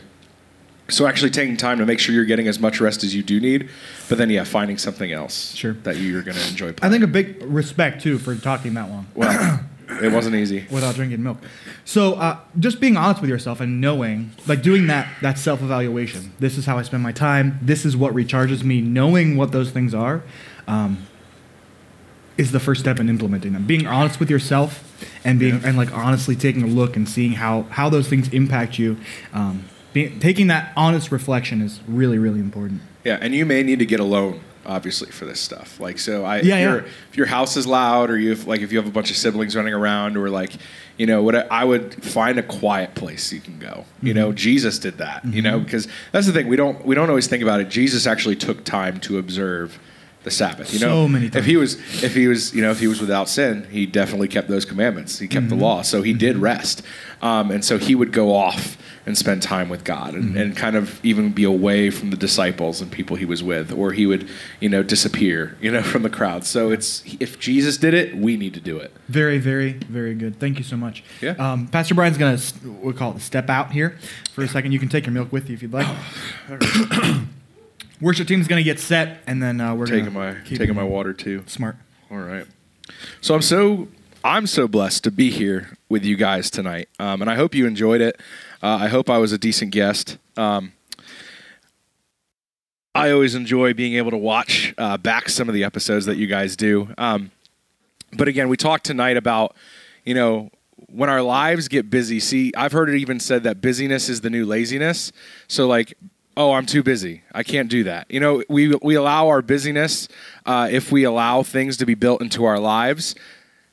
S4: So actually taking time to make sure you're getting as much rest as you do need, but then yeah, finding something else
S7: Sure.
S4: that you're going to enjoy.
S7: I
S4: Playing.
S7: think a big respect too for talking that long
S4: well, it wasn't easy.
S7: without drinking milk. So uh, just being honest with yourself and knowing, like doing that that self evaluation. This is how I spend my time. This is what recharges me. Knowing what those things are, um, is the first step in implementing them. Being honest with yourself and being and like honestly taking a look and seeing how how those things impact you. Um, being, taking that honest reflection is really really important.
S4: Yeah, and you may need to get a loan, obviously, for this stuff. Like, so I,
S7: Yeah,
S4: if,
S7: yeah.
S4: your if your house is loud, or you have, like if you have a bunch of siblings running around, or like, you know, what I, I would find a quiet place you can go. You know,
S7: Mm-hmm.
S4: Jesus did that. You know, because that's the thing we don't we don't always think about it. Jesus actually took time to observe the Sabbath. You know,
S7: So many
S4: if he was if he was you know if he was without sin, he definitely kept those commandments. He
S7: Mm-hmm.
S4: kept the law, so he did rest, um, and so he would go off and spend time with God and,
S7: Mm-hmm.
S4: and kind of even be away from the disciples and people he was with, or he would you know disappear you know from the crowd. So it's if Jesus did it, we need to do it.
S7: Very, very, very good. Thank you so much.
S4: Yeah.
S7: Um, Pastor Brian's gonna s- we call it step out here for a second. You can take your milk with you if you'd like.
S4: Oh,
S7: Worship team's gonna get set, and then uh, we're
S4: Taking my
S7: gonna keep
S4: taking my water too.
S7: smart.
S4: All right. So I'm so I'm so blessed to be here with you guys tonight, um, and I hope you enjoyed it. Uh, I hope I was a decent guest. Um, I always enjoy being able to watch uh, back some of the episodes that you guys do. Um, but again, we talked tonight about, you know, when our lives get busy. See, I've heard it even said that busyness is the new laziness. So like, oh, I'm too busy. I can't do that. You know, we we allow our busyness uh, if we allow things to be built into our lives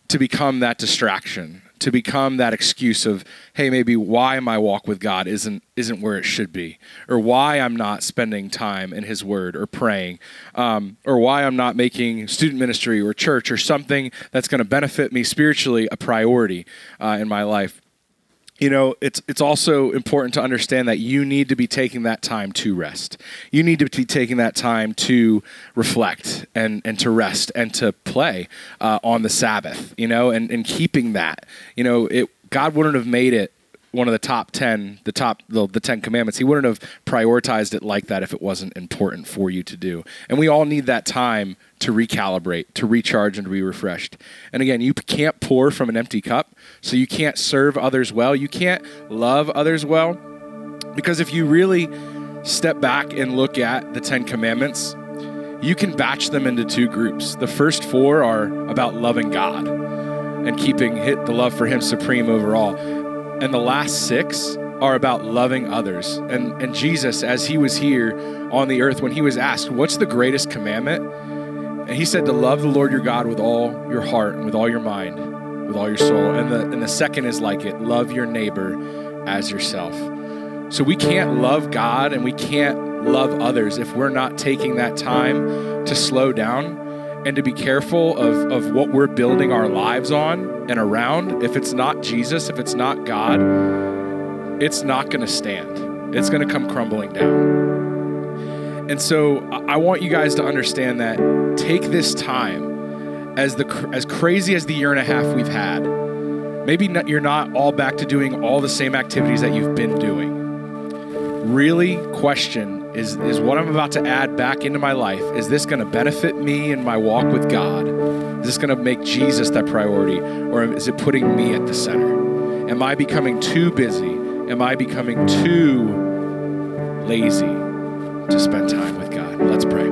S4: to become that distraction to become that excuse of hey maybe why my walk with god isn't isn't where it should be or why i'm not spending time in his word or praying um, or why i'm not making student ministry or church or something that's going to benefit me spiritually a priority uh, in my life you know it's it's also important to understand that you need to be taking that time to rest you need to be taking that time to reflect and and to rest and to play uh, on the sabbath you know and and keeping that you know it god wouldn't have made it one of the top 10 the top the, the 10 commandments he wouldn't have prioritized it like that if it wasn't important for you to do and we all need that time to recalibrate to recharge and to be refreshed and again you p- can't pour from an empty cup so you can't serve others well you can't love others well because if you really step back and look at the 10 commandments you can batch them into two groups the first four are about loving god and keeping hit the love for him supreme overall. And the last six are about loving others. And and Jesus, as he was here on the earth, when he was asked, What's the greatest commandment? And he said to love the Lord your God with all your heart, and with all your mind, with all your soul. And the and the second is like it, love your neighbor as yourself. So we can't love God and we can't love others if we're not taking that time to slow down and to be careful of, of what we're building our lives on and around. If it's not Jesus, if it's not God, it's not going to stand. It's going to come crumbling down. And so I I want you guys to understand that take this time as the cr- as crazy as the year and a half we've had. Maybe not, you're not all back to doing all the same activities that you've been doing really question is is what I'm about to add back into my life is this going to benefit me in my walk with God? Is this going to make Jesus that priority or is it putting me at the center? Am I becoming too busy? Am I becoming too lazy to spend time with God? Let's pray.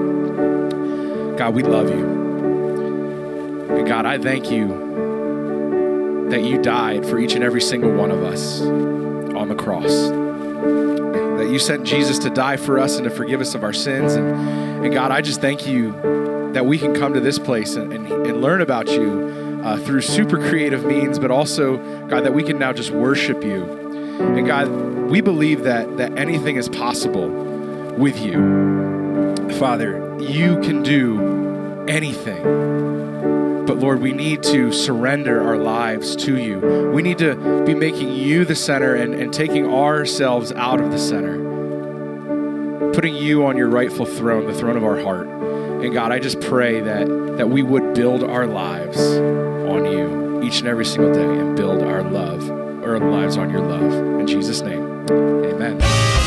S4: God, we love you. And God, I thank you that you died for each and every single one of us on the cross that you sent Jesus to die for us and to forgive us of our sins. And, and God, I just thank you that we can come to this place and, and, and learn about you uh, through super creative means, but also, God, that we can now just worship you. And God, we believe that, that anything is possible with you. Father, you can do anything. But Lord, we need to surrender our lives to you. We need to be making you the center and, and taking ourselves out of the center, putting you on your rightful throne, the throne of our heart. And God, I just pray that, that we would build our lives on you each and every single day and build our love earn lives on your love. In Jesus' name, amen.